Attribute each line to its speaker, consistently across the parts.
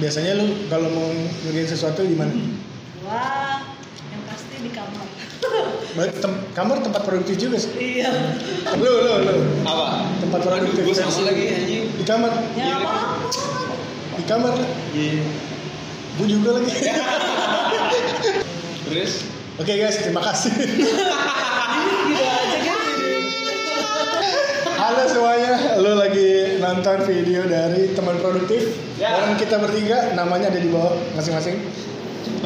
Speaker 1: biasanya lu kalau mau ngerjain sesuatu di mana?
Speaker 2: Wah, yang pasti di kamar.
Speaker 1: Ba- tem- kamar tempat produktif juga sih.
Speaker 2: iya.
Speaker 1: Lu lu lu
Speaker 3: Apa?
Speaker 1: tempat
Speaker 3: Aduh,
Speaker 1: produktif
Speaker 3: gue
Speaker 1: versi-
Speaker 3: sama lagi anjing.
Speaker 1: di kamar
Speaker 2: Ya
Speaker 3: Iya.
Speaker 2: apa?
Speaker 1: di kamar
Speaker 3: Iya.
Speaker 1: gue juga lagi.
Speaker 3: Terus?
Speaker 1: Oke guys terima kasih.
Speaker 2: Gitu aja kan.
Speaker 1: Halo semuanya, lu lagi nonton video dari teman produktif
Speaker 3: Ya.
Speaker 1: orang kita bertiga namanya ada di bawah masing-masing.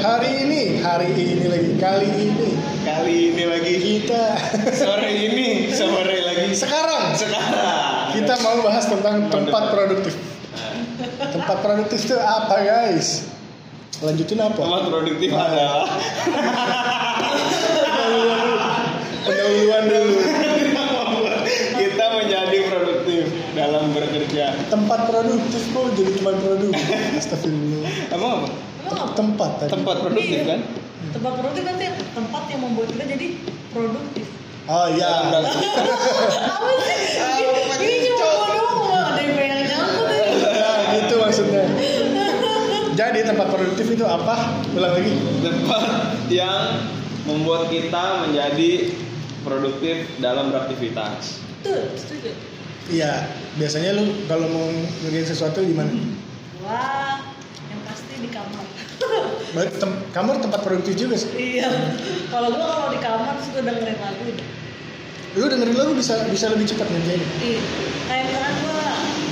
Speaker 1: Hari ini, hari ini lagi, kali ini
Speaker 3: Kali ini lagi.
Speaker 1: kita
Speaker 3: Sore ini, sore lagi.
Speaker 1: sekarang
Speaker 3: Sekarang.
Speaker 1: kita mau bahas tentang tempat produktif. Tempat produktif itu apa guys? Lanjutin apa?
Speaker 3: Tempat produktif adalah
Speaker 1: Pendahuluan dulu.
Speaker 3: kita menjadi produktif dalam bekerja.
Speaker 1: Tempat produktif kok jadi teman produktif. Astagfirullah.
Speaker 3: Emang apa?
Speaker 2: Emang apa?
Speaker 1: Tempat tadi.
Speaker 3: Tempat produktif
Speaker 2: Iya.
Speaker 3: kan?
Speaker 2: Tempat produktif kan sih tempat yang membuat kita jadi produktif.
Speaker 1: Oh iya.
Speaker 2: Apa sih? Ini cuma gua doang nggak ada yang pengen nyangkut ini.
Speaker 1: Nah, gitu maksudnya. Jadi tempat produktif itu apa? Ulang lagi.
Speaker 3: Tempat yang membuat kita menjadi produktif dalam beraktivitas.
Speaker 2: Tuh, setuju.
Speaker 1: Iya, biasanya lu kalau mau ngerjain sesuatu di mana?
Speaker 2: Wah, yang pasti di kamar.
Speaker 1: Ba- tem- kamar tempat produktif juga sih.
Speaker 2: iya. Kalau gua kalau di kamar suka dengerin lagu.
Speaker 1: Lu dengerin lagu bisa bisa lebih cepat ngerjain.
Speaker 2: Iya. Kayak misalkan gua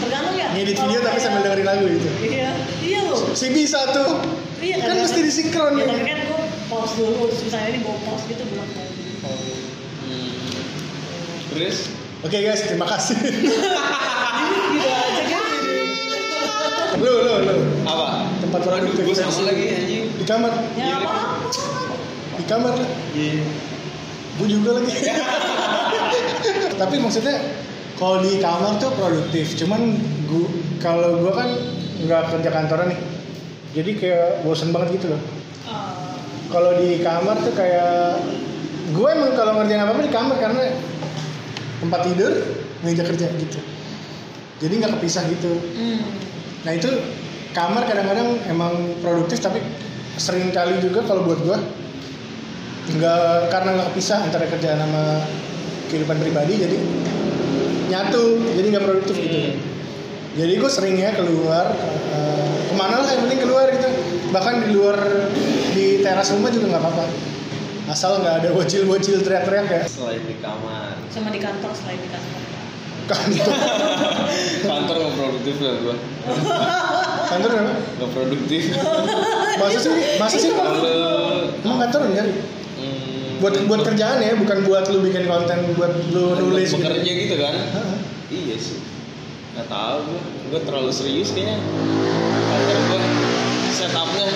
Speaker 2: tergantung ya.
Speaker 1: Ngedit
Speaker 2: kalau
Speaker 1: video tapi
Speaker 2: kayak-
Speaker 1: sambil dengerin lagu gitu.
Speaker 2: Iya. Iya loh.
Speaker 1: Si bisa tuh.
Speaker 2: Iya,
Speaker 1: Kan
Speaker 2: kadang-
Speaker 1: mesti disinkron nih.
Speaker 2: Ya, tapi kan gue pause dulu, terus misalnya ini gue pause gitu belum lagi.
Speaker 3: Hmm. Terus?
Speaker 1: Oke guys, terima kasih. Ah,
Speaker 2: Gitu aja kan.
Speaker 1: lu lu lu
Speaker 3: Apa?
Speaker 1: tempat
Speaker 3: Aduh,
Speaker 1: produktif
Speaker 3: gue
Speaker 1: versi-
Speaker 3: sama lagi anjing.
Speaker 1: di kamar
Speaker 2: Ya
Speaker 3: Iya.
Speaker 2: apa?
Speaker 1: di kamar
Speaker 3: Iya.
Speaker 1: gue juga lagi tapi maksudnya kalau di kamar tuh produktif cuman gua kalau gue kan nggak kerja kantoran nih jadi kayak bosen banget gitu loh
Speaker 2: Eh,
Speaker 1: kalau di kamar tuh kayak gue emang kalau ngerjain apa apa di kamar karena tempat tidur meja kerja gitu jadi nggak kepisah gitu
Speaker 2: Hmm.
Speaker 1: nah itu kamar kadang-kadang emang produktif tapi sering kali juga kalau buat gue nggak karena nggak pisah antara kerjaan sama kehidupan pribadi jadi nyatu jadi nggak produktif gitu
Speaker 3: Hmm.
Speaker 1: jadi gue seringnya keluar eh, kemana lah yang penting keluar gitu bahkan di luar di teras rumah juga nggak apa-apa asal nggak ada bocil-bocil teriak-teriak ya
Speaker 3: Selain di kamar.
Speaker 2: Sama di kantor selain di kantor.
Speaker 1: kantor
Speaker 3: Kantor gak produktif lah gue.
Speaker 1: kantor apa?
Speaker 3: Gak produktif.
Speaker 1: masa sih masa sih
Speaker 3: Kalau
Speaker 1: emang kantor nyari
Speaker 3: hmm,
Speaker 1: kan buat buat kerjaan ya bukan buat lu bikin konten buat lu
Speaker 3: buat
Speaker 1: nulis gitu
Speaker 3: bekerja gitu kan?
Speaker 1: Heeh.
Speaker 3: Iya sih. Gak tau gue. Gue terlalu serius kayaknya. Kantor gue setupnya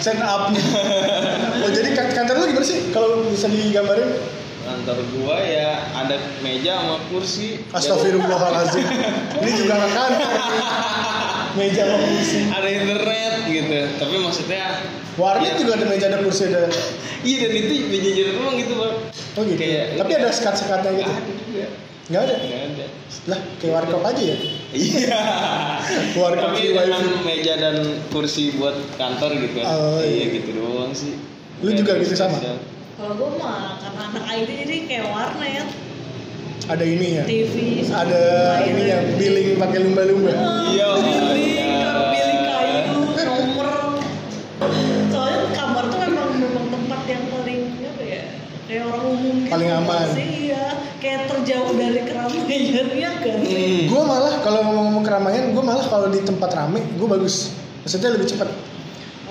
Speaker 1: send up oh jadi kan- kantor lu gimana sih kalau bisa digambarin
Speaker 3: kantor gua ya ada meja sama kursi
Speaker 1: astagfirullahalazim ini juga nggak kantor nih. meja sama kursi
Speaker 3: ada internet gitu tapi maksudnya
Speaker 1: warnet
Speaker 3: ya-
Speaker 1: juga ada meja ada kursi ada
Speaker 3: iya dan itu jajan rumah gitu bang
Speaker 1: oh gitu
Speaker 3: Kayak-
Speaker 1: tapi ada sekat sekatnya
Speaker 3: nggak
Speaker 1: gitu
Speaker 3: ada juga
Speaker 1: nggak ada
Speaker 3: nggak ada
Speaker 1: lah kayak warkop aja ya
Speaker 3: iya
Speaker 1: Warkop
Speaker 3: tapi
Speaker 1: di
Speaker 3: dengan
Speaker 1: wifi.
Speaker 3: meja dan kursi buat kantor gitu
Speaker 1: Oh, iya.
Speaker 3: iya. gitu doang sih
Speaker 1: Lu
Speaker 3: Nggak
Speaker 1: juga
Speaker 3: ada
Speaker 1: gitu sama?
Speaker 3: spesial.
Speaker 2: Kalau gue mah karena anak IT jadi kayak warnet,
Speaker 1: ada ini ya
Speaker 2: Iya. TV, sama
Speaker 1: ada
Speaker 2: layar.
Speaker 1: ini ya billing pakai lumba-lumba
Speaker 2: Ah,
Speaker 3: Iya,
Speaker 2: Billing,
Speaker 3: iya.
Speaker 2: billing kayu, nomor. Soalnya kamar tuh memang memang tempat yang paling apa ya? Kayak orang umum gitu.
Speaker 1: Paling aman.
Speaker 2: Sih, iya. Kayak terjauh dari keramaian ya kan sih.
Speaker 3: Hmm.
Speaker 1: gue malah kalau ngomong-ngomong keramaian gue malah kalau di tempat rame gue bagus maksudnya lebih cepat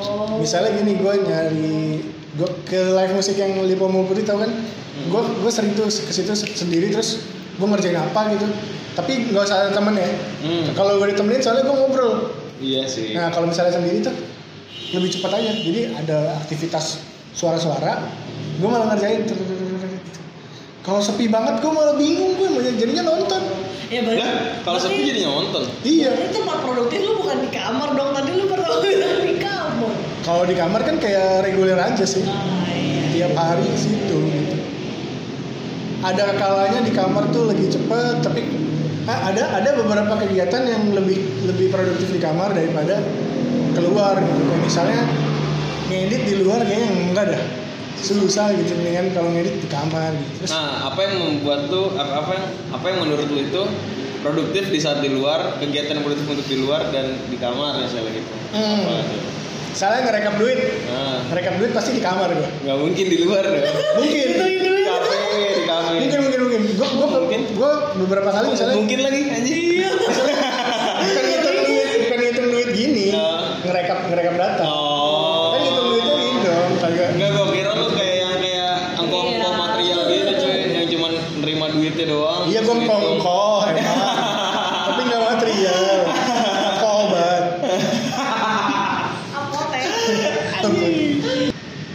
Speaker 2: Oh.
Speaker 1: misalnya gini gue nyari gue ke live musik yang Lipo Mupuri tau kan
Speaker 3: Hmm.
Speaker 1: gue gue sering tuh ke situ se- sendiri terus gue ngerjain apa gitu tapi nggak usah ada temen ya
Speaker 3: Hmm.
Speaker 1: kalau gue ditemenin soalnya gue ngobrol
Speaker 3: iya sih
Speaker 1: nah kalau misalnya sendiri tuh lebih cepat aja jadi ada aktivitas suara-suara gue malah ngerjain ter- ter- ter- ter- ter- gitu. kalau sepi banget gue malah bingung gue mau jadinya nonton
Speaker 2: Ya berarti.
Speaker 3: Lah, kalau sepi
Speaker 2: berarti-
Speaker 3: jadi nonton
Speaker 1: iya
Speaker 2: Berarti tempat produktif lu bukan di kamar dong. Tadi lu pernah bilang di kamar.
Speaker 1: kalau di kamar kan kayak reguler aja sih
Speaker 2: Ah, iya.
Speaker 1: tiap hari ke situ gitu. Ada kalanya di kamar tuh lagi cepet, tapi ah, ada ada beberapa kegiatan yang lebih lebih produktif di kamar daripada keluar gitu Kayak misalnya ngedit di luar kayaknya enggak dah susah gitu mendingan kalau ngedit di kamar gitu terus
Speaker 3: Nah, apa yang membuat tuh apa apa yang apa yang menurut lu itu produktif di saat di luar, kegiatan produktif untuk di luar dan di kamar misalnya gitu.
Speaker 1: Hmm.
Speaker 3: Apa tuh?
Speaker 1: misalnya ngerekam duit
Speaker 3: Nah,
Speaker 1: ngerekam duit pasti di kamar gua
Speaker 3: nggak mungkin di luar dong.
Speaker 1: mungkin
Speaker 3: Di kafe, di kafe.
Speaker 1: mungkin mungkin mungkin gua gua
Speaker 3: Mungkin.
Speaker 1: gua beberapa kali misalnya Iya.
Speaker 3: Mungkin lagi anjir.
Speaker 1: bukan ngitung duit bukan ngitung duit gini
Speaker 3: Nah.
Speaker 1: ngerekap ngerekap data
Speaker 3: Oh.
Speaker 1: kan ngitung duitnya gini dong kagak
Speaker 3: Enggak gua kira lu kayak yang kayak angkong-angkong
Speaker 2: Iya.
Speaker 3: material gitu cuy, yang cuman nerima duitnya doang.
Speaker 1: Iya gue
Speaker 3: terus ngitung.
Speaker 1: ngkongkoh emang Tapi gak material Kobat
Speaker 2: Apa teh?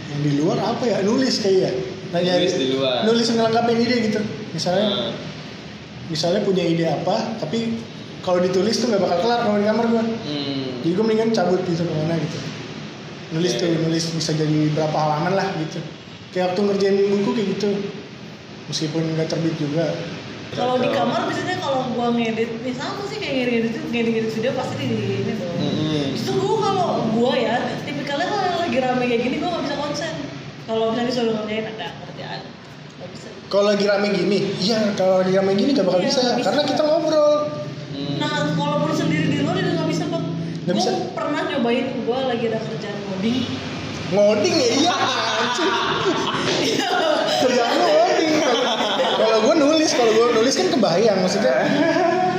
Speaker 1: Yang di luar apa ya? Nulis kayaknya Nanya,
Speaker 3: Nulis di luar.
Speaker 1: Nulis ngelengkapin ide gitu Misalnya
Speaker 3: Nah,
Speaker 1: misalnya punya ide apa Tapi kalau ditulis tuh gak bakal kelar kalau di kamar gue
Speaker 3: hmm.
Speaker 1: Jadi gue mendingan cabut gitu kemana gitu Nulis
Speaker 3: Iya,
Speaker 1: tuh,
Speaker 3: iya.
Speaker 1: nulis bisa jadi berapa halaman lah gitu Kayak waktu ngerjain buku kayak gitu Meskipun gak terbit juga
Speaker 2: Kalau di kamar biasanya kalau gua ngedit, ya sama sih kayak ngedit ngedit ngedit video pasti di ini tuh.
Speaker 3: Hmm.
Speaker 2: Justru gua kalau gua ya, tipikalnya kalau yang lagi rame kayak gini gua nggak bisa konsen. Kalau misalnya disuruh ngerjain ada kerjaan, nggak bisa.
Speaker 1: kalau lagi rame gini, iya kalau lagi rame gini gak bakal
Speaker 2: Iya,
Speaker 1: bisa,
Speaker 2: nggak bisa.
Speaker 1: karena kita ngobrol.
Speaker 3: Hmm.
Speaker 2: Nah, kalaupun sendiri di luar itu nggak bisa bang.
Speaker 1: Nggak bisa.
Speaker 2: Gua pernah nyobain gua lagi ada kerjaan ngoding.
Speaker 1: Ngoding ya iya anjing. Kerjaan lu ngoding. Kalau- Kalau gue nulis, kalau gue nulis kan kebayang maksudnya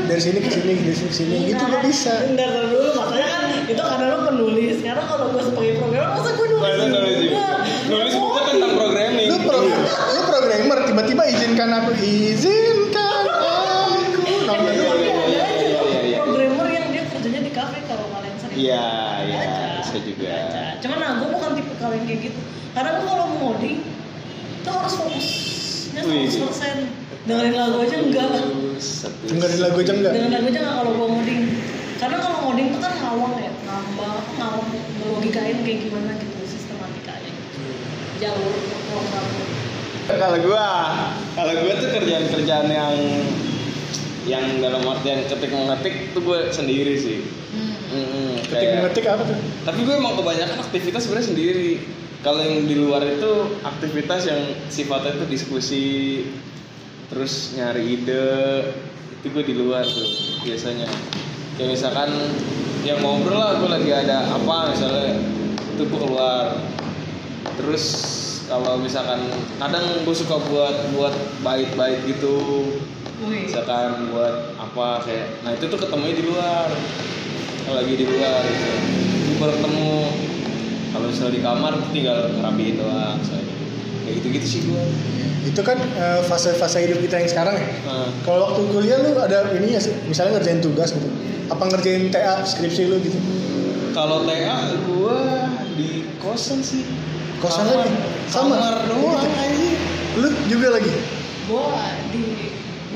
Speaker 1: dari sini ke sini, dari sini ke sini gitu
Speaker 2: Nah,
Speaker 1: gak bisa.
Speaker 2: Bentar bentar dulu, maksudnya kan itu karena lu penulis. Karena kalau gua sebagai programmer, masa gua nulis?
Speaker 3: Nah, itu nulis juga. Nulis buku tentang programming.
Speaker 1: Lu pro, lu programmer tiba-tiba izinkan aku, izinkan aku.
Speaker 2: Yang
Speaker 1: Nambah
Speaker 2: kedua,
Speaker 1: dua.
Speaker 2: ada
Speaker 3: iya,
Speaker 2: aja
Speaker 3: iya, iya, iya.
Speaker 2: programmer yang dia kerjanya di kafe kalau kalian sering
Speaker 3: Iya,
Speaker 2: Ada
Speaker 3: iya,
Speaker 2: aja,
Speaker 3: bisa juga.
Speaker 2: ada aja. cuman nah, gue bukan tipe kalian kayak gitu karena gue kalau mau ngoding itu harus fokusnya
Speaker 3: Wih.
Speaker 2: 100% dengerin lagu aja enggak
Speaker 3: Set.
Speaker 1: Enggak ada lagu aja enggak.
Speaker 2: dengerin lagu aja enggak kalau gue ngoding karena kalau ngoding tuh kan ngawang ya ngambang ngawang ngelogikain kayak gimana gitu sistematikanya jalur program
Speaker 3: kalau gua kalau gua tuh kerjaan-kerjaan yang yang dalam artian ketik mengetik tuh gua sendiri sih
Speaker 2: hmm.
Speaker 3: Mm-mm,
Speaker 1: Ketik
Speaker 3: kayak-
Speaker 1: ngetik apa tuh?
Speaker 3: tapi gue emang kebanyakan aktivitas sebenarnya sendiri kalau yang di luar itu aktivitas yang sifatnya itu diskusi terus nyari ide itu gue di luar tuh biasanya ya misalkan yang mau ngobrol lah gue lagi ada apa misalnya itu gue keluar terus kalau misalkan kadang gue suka buat buat bait-bait gitu
Speaker 2: Wih.
Speaker 3: misalkan buat apa kayak nah itu tuh ketemunya di luar kalau lagi di luar gitu Jadi baru ketemu kalau misalnya di kamar tuh tinggal rapiin doang misalnya kayak gitu gitu sih gua
Speaker 1: Itu kan eh, fase-fase hidup kita yang sekarang ya.
Speaker 3: nah,
Speaker 1: Kalau waktu kuliah lu ada ininya sih, misalnya ngerjain tugas gitu. Apa ngerjain TA skripsi lu gitu?
Speaker 3: kalau TA gua di kosan sih
Speaker 1: Kosan
Speaker 3: Kamar-
Speaker 1: lagi? Sama? Iya.
Speaker 3: kamar doang aja
Speaker 1: Lu juga lagi.
Speaker 2: gue di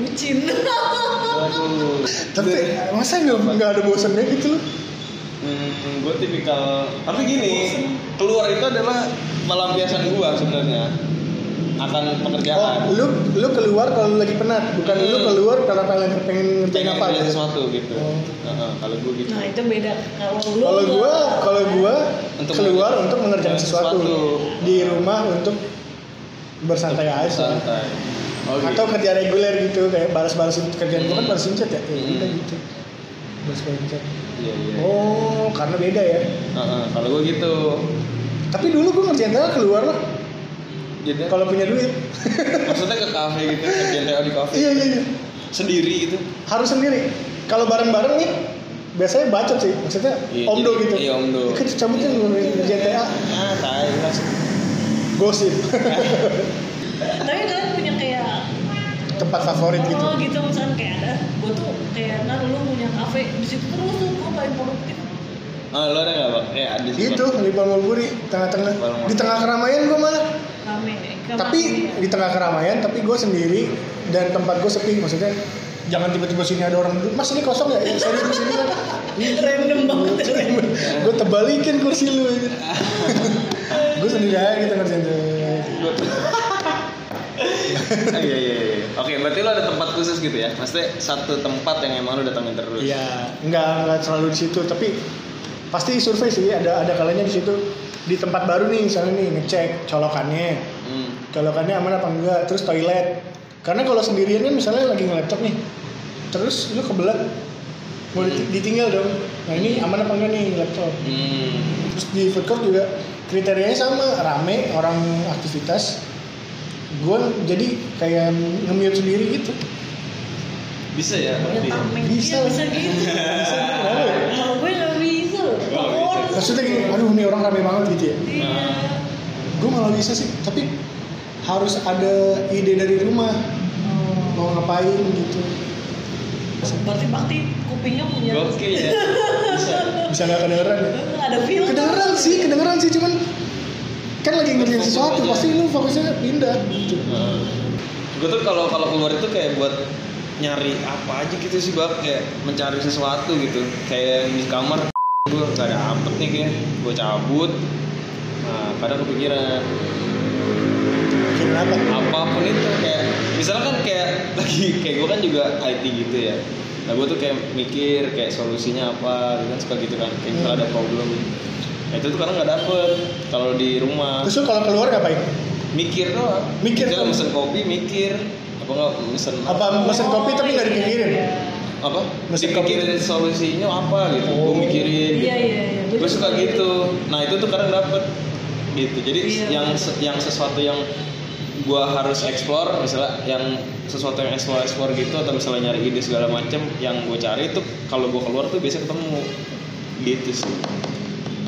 Speaker 2: bucin
Speaker 3: waduh
Speaker 1: Tapi
Speaker 3: Iya.
Speaker 1: masa nggak nggak ada bosannya gitu lu?
Speaker 3: hmm, gue tipikal tapi gini keluar itu adalah pelampiasan gua sebenarnya akan
Speaker 1: Oh,
Speaker 3: pekerjaan
Speaker 1: lu lu keluar kalau lu lagi penat, bukan lu
Speaker 3: Hmm.
Speaker 1: keluar karena kalian pengen ngerjain
Speaker 3: pengen
Speaker 1: apa
Speaker 3: apa
Speaker 1: gitu.
Speaker 3: sesuatu gitu
Speaker 1: Oh.
Speaker 3: Heeh, kalau gue gitu
Speaker 2: nah itu beda kalau lu
Speaker 1: Kalau gua, kalau gua
Speaker 3: Untuk
Speaker 1: keluar
Speaker 3: mengerjakan
Speaker 1: untuk mengerjakan sesuatu.
Speaker 3: sesuatu.
Speaker 1: di rumah untuk bersantai aja.
Speaker 3: santai oh, gitu.
Speaker 1: Atau kerja reguler gitu kayak balas-balasin kerjaan gua kan
Speaker 3: Hmm.
Speaker 1: balas incet ya, kayak
Speaker 3: Hmm.
Speaker 1: gitu gitu. Balas-balas incet.
Speaker 3: iya iya
Speaker 1: Oh, karena beda ya.
Speaker 3: Heeh, kalau gue gitu
Speaker 1: Tapi dulu gua ngerjain TA keluar lah
Speaker 3: jadi
Speaker 1: kalau punya duit.
Speaker 3: maksudnya ke kafe gitu kerjaan TO di kafe
Speaker 1: iya iya iya.
Speaker 3: sendiri gitu
Speaker 1: harus sendiri kalau bareng-bareng nih biasanya bacot sih maksudnya
Speaker 3: Iya,
Speaker 1: omdo
Speaker 3: jadi-
Speaker 1: gitu kan?
Speaker 3: iya, omdo.
Speaker 1: ikut cabutnya ngomongin GTA
Speaker 3: ah tai langsung
Speaker 1: gosip
Speaker 2: tapi kalian punya kayak
Speaker 1: tempat favorit gitu
Speaker 2: oh gitu misalkan kayak ada gue tuh kayak nah lu punya kafe di situ terus tuh gue paling produktif
Speaker 3: ah lo ada nggak pak eh ada sih
Speaker 1: gitu
Speaker 3: Bang.
Speaker 1: di Pamulburi tengah-tengah
Speaker 3: Pamulburi.
Speaker 1: di tengah keramaian gue malah
Speaker 2: rame eh, kamar
Speaker 1: tapi
Speaker 2: dia.
Speaker 1: di tengah keramaian tapi gue sendiri dan tempat gue sepi maksudnya jangan tiba-tiba sini ada orang duduk mas ini kosong ya, ya saya duduk sini kan
Speaker 2: random banget
Speaker 1: gue Iya, tebalikin kursi lu gue sendiri aja gitu ngerjain tuh
Speaker 3: Gua- Ah, iya iya iya oke berarti lo ada tempat khusus gitu ya maksudnya satu tempat yang emang lo datangin terus
Speaker 1: Iya, nggak nggak selalu di situ, tapi pasti survei sih ada ada kalanya di situ di tempat baru nih misalnya nih ngecek colokannya
Speaker 3: Hmm.
Speaker 1: colokannya aman apa enggak terus toilet karena kalau sendirian kan misalnya lagi nge-laptop nih terus lu kebelet mau diti- ditinggal dong nah ini aman apa enggak nih laptop
Speaker 3: Hmm.
Speaker 1: terus di food court juga kriterianya sama rame orang aktivitas gue jadi kayak nge-mute sendiri gitu
Speaker 3: Bisa
Speaker 2: Ya,
Speaker 3: ya berarti.
Speaker 2: tameng.
Speaker 1: Bisa.
Speaker 2: Iya, bisa gitu.
Speaker 1: Bisa, kenapa ya?
Speaker 2: Kalau gue nggak bisa.
Speaker 3: Nggak bisa.
Speaker 2: Horor.
Speaker 1: maksudnya gini aduh nih orang rame banget gitu ya
Speaker 2: Iya.
Speaker 1: gue malah bisa sih tapi harus ada ide dari rumah
Speaker 2: Oh.
Speaker 1: mau ngapain gitu
Speaker 2: Berarti bakti kupingnya punya.
Speaker 3: Gokil ya. Bisa.
Speaker 1: bisa nggak kedengeran ya
Speaker 2: Nggak ada film.
Speaker 1: kedengeran sih kedengeran sih cuman kan lagi ngerjain sesuatu pasti lu fokusnya pindah gitu
Speaker 3: gue Eh, tuh kalau kalau keluar itu kayak buat nyari apa aja gitu sih bab kayak mencari sesuatu gitu kayak yang di kamar gue gak ada apet nih kayak gue cabut nah kadang kepikiran
Speaker 1: Pikirin apa
Speaker 3: apapun itu kayak misalnya kan kayak lagi kayak gue kan juga IT gitu ya nah gue tuh kayak mikir kayak solusinya apa gitu kan suka gitu kan kayak misalnya
Speaker 1: Hmm.
Speaker 3: ada problem nah, itu tuh kadang nggak dapet kalau di rumah
Speaker 1: terus lu kalau keluar ngapain
Speaker 3: mikir doang
Speaker 1: Mikir
Speaker 3: Misalnya
Speaker 1: tuh.
Speaker 3: mesen kopi mikir apa nggak mesen
Speaker 1: apa pesen kopi tapi nggak dipikirin
Speaker 2: Iya,
Speaker 3: apa
Speaker 1: Mesen
Speaker 3: mesti mikirin solusinya apa gitu
Speaker 1: Oh.
Speaker 3: gue mikirin
Speaker 2: Iya,
Speaker 3: gitu.
Speaker 2: iya. iya.
Speaker 3: gue suka gitu nah itu tuh kadang dapet gitu jadi
Speaker 2: Iya.
Speaker 3: yang se- yang sesuatu yang gue harus explore misalnya yang sesuatu yang explore explore gitu atau misalnya nyari ide segala macem yang gue cari tuh kalau gue keluar tuh biasa ketemu gitu sih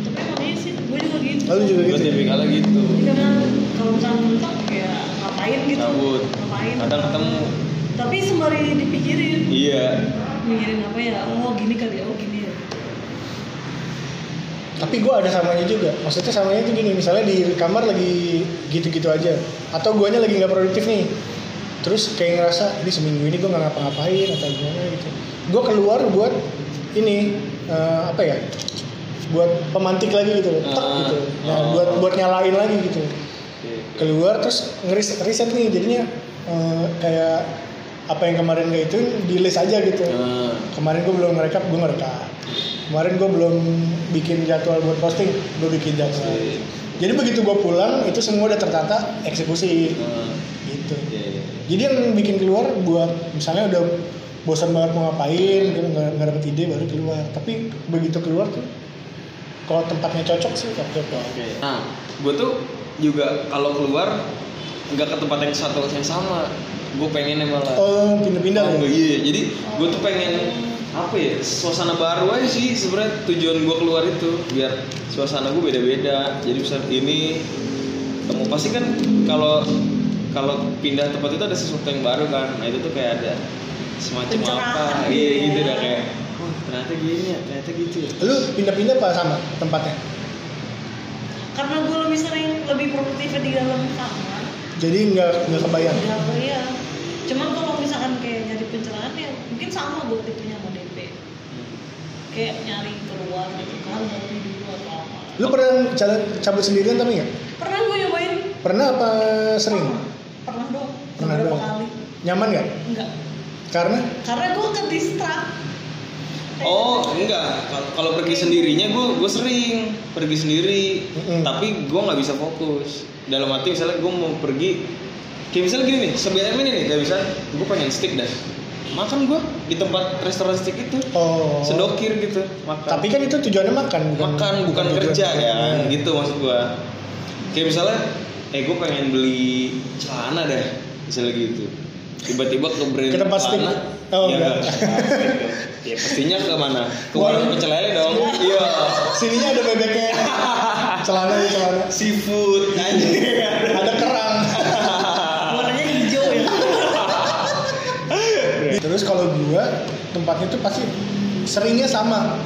Speaker 2: Tapi emang iya sih, gue juga gitu.
Speaker 1: lalu juga
Speaker 3: gue
Speaker 1: gitu
Speaker 3: tipikalnya gitu
Speaker 2: Jadi kadang kalau misalnya mentok ya ngapain gitu.
Speaker 3: Cabut.
Speaker 2: Ngapain.
Speaker 3: kadang ketemu
Speaker 2: Tapi sembari dipikirin.
Speaker 3: iya
Speaker 2: Mikirin apa ya, oh gini kali, oh gini ya.
Speaker 1: tapi gue ada samanya juga maksudnya samanya tuh gini misalnya di kamar lagi gitu-gitu aja atau guanya lagi nggak produktif nih terus kayak ngerasa ini seminggu ini gue nggak ngapa-ngapain atau gimana gitu gue keluar buat ini eh, apa ya buat pemantik lagi gitu loh, tek
Speaker 3: Ah,
Speaker 1: gitu nah
Speaker 3: oh.
Speaker 1: buat buat nyalain lagi gitu
Speaker 3: Oke.
Speaker 1: keluar terus ngeris riset nih jadinya eh, kayak apa yang kemarin gak itu di list aja gitu
Speaker 3: Nah,
Speaker 1: kemarin gue belum merekap gue merekap kemarin gue belum bikin jadwal buat posting gue bikin jadwal
Speaker 3: oke.
Speaker 1: jadi begitu gue pulang itu semua udah tertata eksekusi
Speaker 3: Nah,
Speaker 1: gitu
Speaker 3: iya, iya.
Speaker 1: jadi yang bikin keluar buat misalnya udah bosan banget mau ngapain gitu, nggak nggak dapet ide baru keluar tapi begitu keluar tuh kalau tempatnya cocok sih cocok
Speaker 3: Oke. Nah, gue tuh juga kalau keluar nggak ke tempat yang satu yang sama. Gue pengennya malah.
Speaker 1: oh pindah-pindah
Speaker 3: Paham
Speaker 1: ya?
Speaker 3: nggak? Iya. Jadi gue tuh pengen apa ya suasana baru aja sih sebenarnya tujuan gue keluar itu biar suasana gue beda-beda jadi misalnya ini kamu pasti kan kalau kalau pindah tempat itu ada sesuatu yang baru kan nah itu tuh kayak ada semacam
Speaker 2: Pencerahan
Speaker 3: apa
Speaker 2: gitu
Speaker 3: iya gitu
Speaker 2: ya.
Speaker 3: dah kayak oh, ternyata gini ya ternyata gitu ya
Speaker 1: lu pindah-pindah apa sama tempatnya
Speaker 2: karena gue lebih sering lebih produktif di dalam kamar
Speaker 1: jadi nggak nggak kebayang
Speaker 2: nggak apa ya cuman kalau misalkan kayak nyari pencerahan ya mungkin sama gue tipenya sama DP kayak nyari keluar gitu kan ngopi dulu atau apa
Speaker 1: lu pernah jalan- cabut sendirian tapi nggak
Speaker 2: pernah gue nyobain
Speaker 1: pernah apa sering
Speaker 2: pernah dong
Speaker 1: Pernah
Speaker 2: beberapa
Speaker 1: doang.
Speaker 2: kali
Speaker 1: nyaman nggak
Speaker 2: enggak
Speaker 1: karena
Speaker 2: karena gue ke distract Kayak
Speaker 3: Oh enggak, Kal- kalau pergi sendirinya gue gue sering pergi sendiri,
Speaker 1: Mm-mm.
Speaker 3: tapi gue nggak bisa fokus. Dalam arti misalnya gue mau pergi, kayak misalnya gini nih, sebelum ini nih, kayak bisa gue pengen steak dah, makan gue di tempat restoran steak itu,
Speaker 1: oh
Speaker 3: sedokir gitu, makan.
Speaker 1: tapi kan itu tujuannya makan
Speaker 3: makan bukan
Speaker 1: tujuan-
Speaker 3: kerja
Speaker 1: Nah,
Speaker 3: kan, gitu maksud gue. Kayak misalnya, eh gue pengen beli celana dah, misalnya gitu. Tiba-tiba ke brand
Speaker 1: Ke tempat steak.
Speaker 3: celana,
Speaker 1: Oh,
Speaker 3: ya,
Speaker 1: enggak.
Speaker 3: ke tempat steak dong. Ya, pastinya ke mana? Ke
Speaker 1: Wah.
Speaker 3: warung pecel lele dong. Iya.
Speaker 1: sininya ada bebeknya celana di celana
Speaker 3: Seafood anjing.
Speaker 1: ada kerang
Speaker 2: warnanya hijau ya
Speaker 3: Iya.
Speaker 1: terus kalau gua tempatnya tuh pasti seringnya sama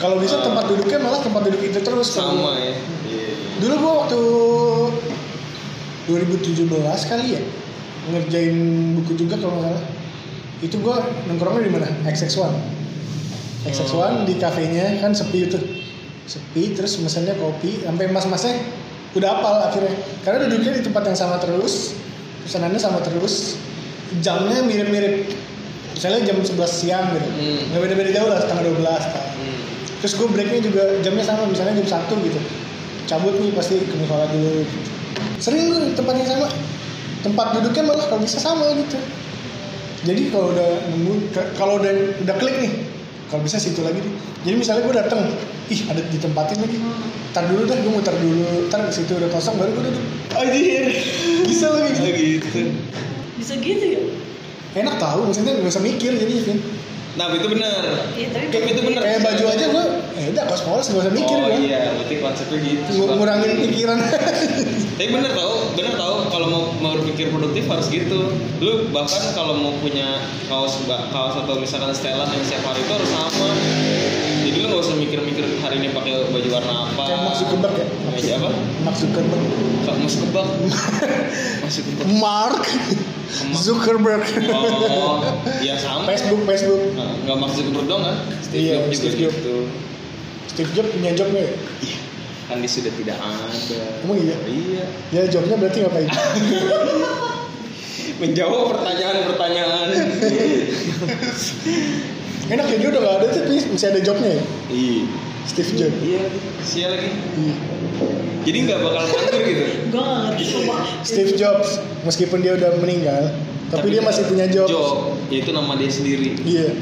Speaker 1: kalau bisa tempat duduknya malah tempat duduk itu terus
Speaker 3: Sama ya. Iya.
Speaker 1: dulu gua waktu 2017 kali ya ngerjain buku juga kalau nggak salah itu gua nongkrongnya di mana XX1 XX1 di kafenya kan sepi itu sepi terus mesennya kopi sampai mas-masnya udah apal akhirnya karena duduknya di tempat yang sama terus pesanannya sama terus jamnya mirip-mirip misalnya jam 11 siang gitu
Speaker 3: Hmm.
Speaker 1: nggak beda-beda jauh lah setengah 12 lah
Speaker 3: Hmm.
Speaker 1: terus gue breaknya juga jamnya sama misalnya jam satu gitu cabut nih pasti ke musola dulu gitu. sering gue di tempat yang sama tempat duduknya malah kalau bisa sama gitu jadi kalau udah nemu ke- kalau udah udah klik nih kalau bisa situ lagi deh. jadi misalnya gue datang ih ada ditempatin lagi tar dulu dah gue muter dulu tar situ udah kosong baru gue duduk
Speaker 3: Anjir.
Speaker 1: bisa lagi
Speaker 3: Bisa gitu.
Speaker 2: bisa gitu ya
Speaker 1: enak tahu maksudnya gak usah mikir jadi Vin.
Speaker 3: Nah, itu benar.
Speaker 2: iya tapi
Speaker 3: Kayak gitu bener.
Speaker 1: kayak baju aja gue eh udah kos polos gak usah mikir gua.
Speaker 3: oh iya, berarti konsepnya gitu.
Speaker 1: Ngu- ngurangin pikiran
Speaker 3: Tapi bener tau, bener tau kalau mau mau berpikir produktif harus gitu. Lu bahkan kalau mau punya kaos ba- kaos atau misalkan setelan yang setiap hari itu harus sama. Jadi lu nggak usah mikir-mikir hari ini pakai baju warna apa.
Speaker 1: kayak Mark Zuckerberg ya
Speaker 3: Meja apa?
Speaker 1: Mark Zuckerberg
Speaker 3: Kak Mas Kebak. Mas Kebak.
Speaker 1: Mark Zuckerberg
Speaker 3: Oh, ya sama.
Speaker 1: Facebook Facebook
Speaker 3: Nah, nggak maksud Zuckerberg doang kan? Steve
Speaker 1: Iya,
Speaker 3: Jobs juga
Speaker 1: Steve Jobs.
Speaker 3: gitu.
Speaker 1: Steve Jobs punya job nggak ya?
Speaker 3: Kan dia sudah tidak ada.
Speaker 1: Emang iya?
Speaker 3: Iya.
Speaker 1: Ya jobnya berarti ngapain?
Speaker 3: Menjawab pertanyaan-pertanyaan.
Speaker 1: Enak ya dia udah gak ada tapi masih ada jobnya ya?
Speaker 3: Iya.
Speaker 1: Steve Jobs
Speaker 3: Iya. Sial lagi.
Speaker 1: Iya.
Speaker 3: Jadi nggak bakal nganggur gitu.
Speaker 2: gue gak ngerti sumpah
Speaker 1: Steve Jobs meskipun dia udah meninggal tapi, dia masih punya job,
Speaker 3: Job, ya itu nama dia sendiri.
Speaker 1: iya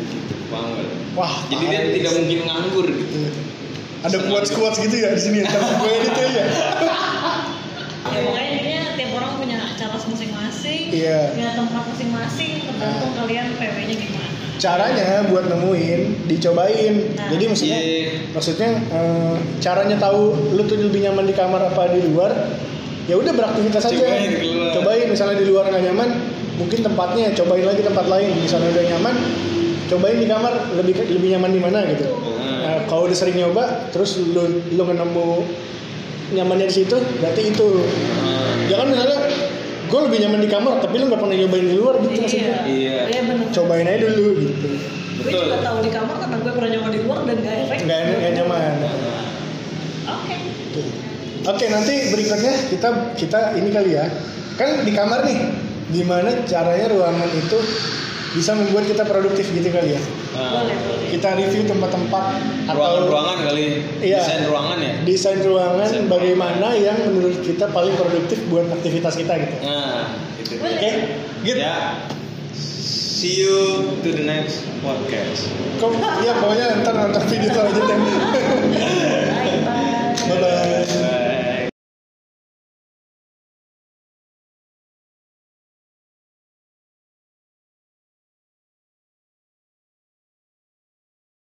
Speaker 3: Paham nggak?
Speaker 1: wah
Speaker 3: Jadi dia
Speaker 1: Ah, parah.
Speaker 3: tidak mungkin nganggur gitu.
Speaker 1: Iya. ada quotes quotes gitu ya di sini ntar gue edit aja
Speaker 2: ya pokoknya intinya tiap orang punya cara masing-masing
Speaker 1: Iya.
Speaker 2: punya tempat masing-masing tergantung
Speaker 1: Nah.
Speaker 2: kalian PW nya gimana
Speaker 1: caranya buat nemuin dicobain
Speaker 2: Nah.
Speaker 1: jadi maksudnya
Speaker 3: Iya.
Speaker 1: maksudnya eh, caranya tahu lu tuh lebih nyaman di kamar apa di luar ya udah beraktivitas aja
Speaker 3: Cobain di luar.
Speaker 1: cobain misalnya di luar nggak nyaman mungkin tempatnya cobain lagi tempat lain misalnya udah nyaman cobain di kamar lebih lebih nyaman di mana gitu
Speaker 3: Nah,
Speaker 1: Nah, kalau udah sering nyoba terus lu lu nemu nyamannya di situ berarti itu jangan misalnya gue lebih nyaman di kamar tapi lu nggak pernah nyobain di luar gitu maksudnya
Speaker 3: Iya.
Speaker 2: iya bener
Speaker 1: cobain aja dulu gitu
Speaker 2: gue
Speaker 3: Betul.
Speaker 2: juga tahu di kamar karena gue pernah nyoba di luar dan gak efek
Speaker 1: nggak nggak nyaman
Speaker 2: oke
Speaker 1: Gitu. oke nanti berikutnya kita kita ini kali ya kan di kamar nih gimana caranya ruangan itu bisa membuat kita produktif gitu kali ya
Speaker 3: Nah,
Speaker 2: boleh boleh
Speaker 1: kita review tempat-tempat atau
Speaker 3: ruangan-ruangan kali.
Speaker 1: Iya.
Speaker 3: Desain ruangan ya.
Speaker 1: desain ruangan
Speaker 3: Desain.
Speaker 1: bagaimana yang menurut kita paling produktif buat aktivitas kita gitu
Speaker 3: Nah, itu dia.
Speaker 1: oke gitu
Speaker 3: Ya. See you to the next podcast.
Speaker 1: Kok, ya pokoknya ntar nonton video selanjutnya